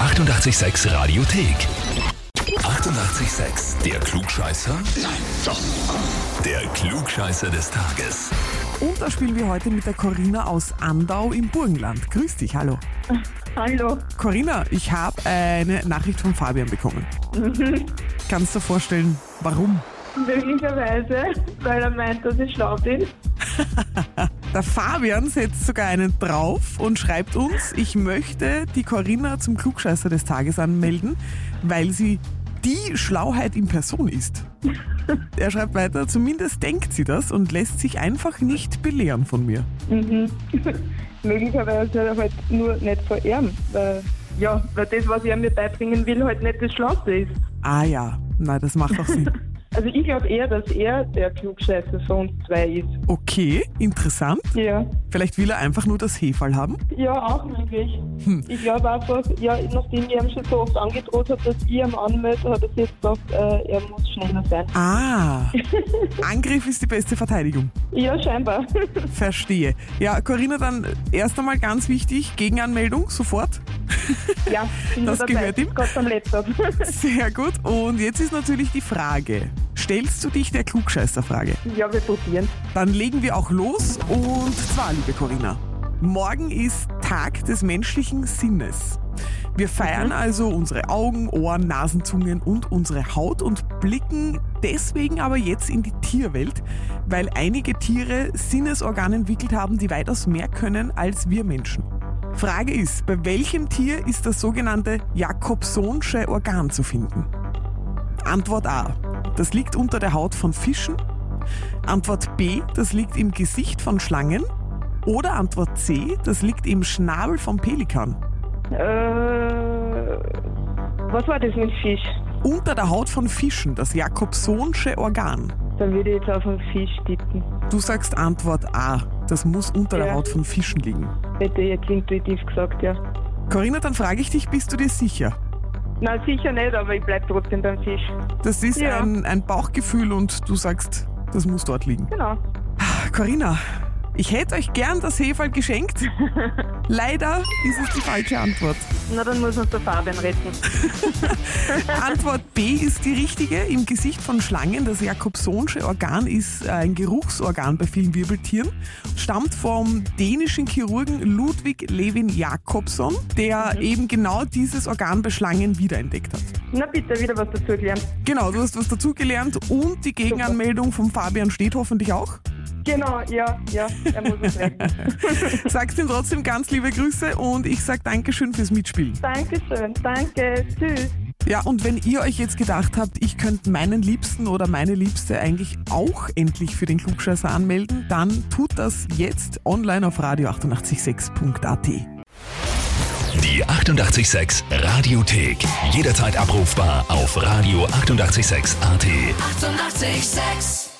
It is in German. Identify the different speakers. Speaker 1: 886 Radiothek. 88,6. Der Klugscheißer? Nein, doch. Der Klugscheißer des Tages.
Speaker 2: Und da spielen wir heute mit der Corinna aus Andau im Burgenland. Grüß dich, hallo.
Speaker 3: Hallo.
Speaker 2: Corinna, ich habe eine Nachricht von Fabian bekommen. Kannst du dir vorstellen, warum?
Speaker 3: Möglicherweise, weil er meint, dass ich schlau bin.
Speaker 2: Der Fabian setzt sogar einen drauf und schreibt uns, ich möchte die Corinna zum Klugscheißer des Tages anmelden, weil sie die Schlauheit in Person ist. Er schreibt weiter, zumindest denkt sie das und lässt sich einfach nicht belehren von mir.
Speaker 3: Möglicherweise hat er halt nur nicht vor ihm, weil, ja, weil das, was er mir beibringen will, halt nicht das Schlauste ist.
Speaker 2: Ah ja, na, das macht doch Sinn.
Speaker 3: Also ich glaube eher, dass er der Klugscheißer von uns zwei ist.
Speaker 2: Okay, interessant.
Speaker 3: Ja.
Speaker 2: Vielleicht will er einfach nur das Hefall haben.
Speaker 3: Ja, auch möglich.
Speaker 2: Hm.
Speaker 3: Ich glaube einfach, ja, nachdem ich ihm schon so oft angedroht habe, dass ich ihm anmelde, hat er sich jetzt gedacht, äh, er muss schneller sein.
Speaker 2: Ah, Angriff ist die beste Verteidigung.
Speaker 3: Ja, scheinbar.
Speaker 2: Verstehe. Ja, Corinna, dann erst einmal ganz wichtig, Gegenanmeldung sofort.
Speaker 3: ja, bin
Speaker 2: Das
Speaker 3: dabei.
Speaker 2: gehört ihm.
Speaker 3: Gott am Laptop.
Speaker 2: Sehr gut. Und jetzt ist natürlich die Frage, stellst du dich der Klugscheißerfrage?
Speaker 3: ja, wir probieren.
Speaker 2: Dann legen wir auch los. Und zwar, liebe Corinna, morgen ist Tag des menschlichen Sinnes. Wir feiern also unsere Augen, Ohren, Nasenzungen und unsere Haut und blicken deswegen aber jetzt in die Tierwelt, weil einige Tiere Sinnesorgane entwickelt haben, die weitaus mehr können als wir Menschen. Frage ist, bei welchem Tier ist das sogenannte Jakobsonsche Organ zu finden? Antwort A. Das liegt unter der Haut von Fischen. Antwort B, das liegt im Gesicht von Schlangen. Oder Antwort C, das liegt im Schnabel vom Pelikan.
Speaker 3: Äh, was war das mit Fisch?
Speaker 2: Unter der Haut von Fischen, das Jakobsonsche Organ.
Speaker 3: Dann würde ich jetzt auf den Fisch tippen.
Speaker 2: Du sagst Antwort A, das muss unter der
Speaker 3: Ja.
Speaker 2: Haut von Fischen liegen.
Speaker 3: Hätte ich jetzt intuitiv gesagt, ja.
Speaker 2: Corinna, dann frage ich dich, bist du dir sicher?
Speaker 3: Na sicher nicht, aber ich bleibe trotzdem beim Fisch.
Speaker 2: Das ist
Speaker 3: Ja.
Speaker 2: ein, ein Bauchgefühl und du sagst, das muss dort liegen.
Speaker 3: Genau.
Speaker 2: Corinna, ich hätte euch gern das Hefal geschenkt. Leider ist es die falsche Antwort.
Speaker 3: Na dann muss uns der Fabian retten.
Speaker 2: Antwort B ist die richtige. Im Gesicht von Schlangen, das Jakobsonsche Organ ist äh, ein Geruchsorgan bei vielen Wirbeltieren, stammt vom dänischen Chirurgen Ludwig Levin Jakobson, der eben genau dieses Organ bei Schlangen wiederentdeckt hat.
Speaker 3: Na bitte, wieder was dazu gelernt.
Speaker 2: Genau, du hast was dazugelernt und die Gegenanmeldung von Fabian steht hoffentlich auch.
Speaker 3: Genau, ja, ja, er muss uns retten.
Speaker 2: Sagst ihm trotzdem ganz liebe Grüße und ich sag Dankeschön fürs Mitspielen.
Speaker 3: Dankeschön, danke, tschüss.
Speaker 2: Ja, und wenn ihr euch jetzt gedacht habt, ich könnte meinen Liebsten oder meine Liebste eigentlich auch endlich für den Klugscheißer anmelden, dann tut das jetzt online auf radio886.at.
Speaker 1: Die 88,6 Radiothek. Jederzeit abrufbar auf radio886.at. 88,6.
Speaker 4: Eighty-eight, sex.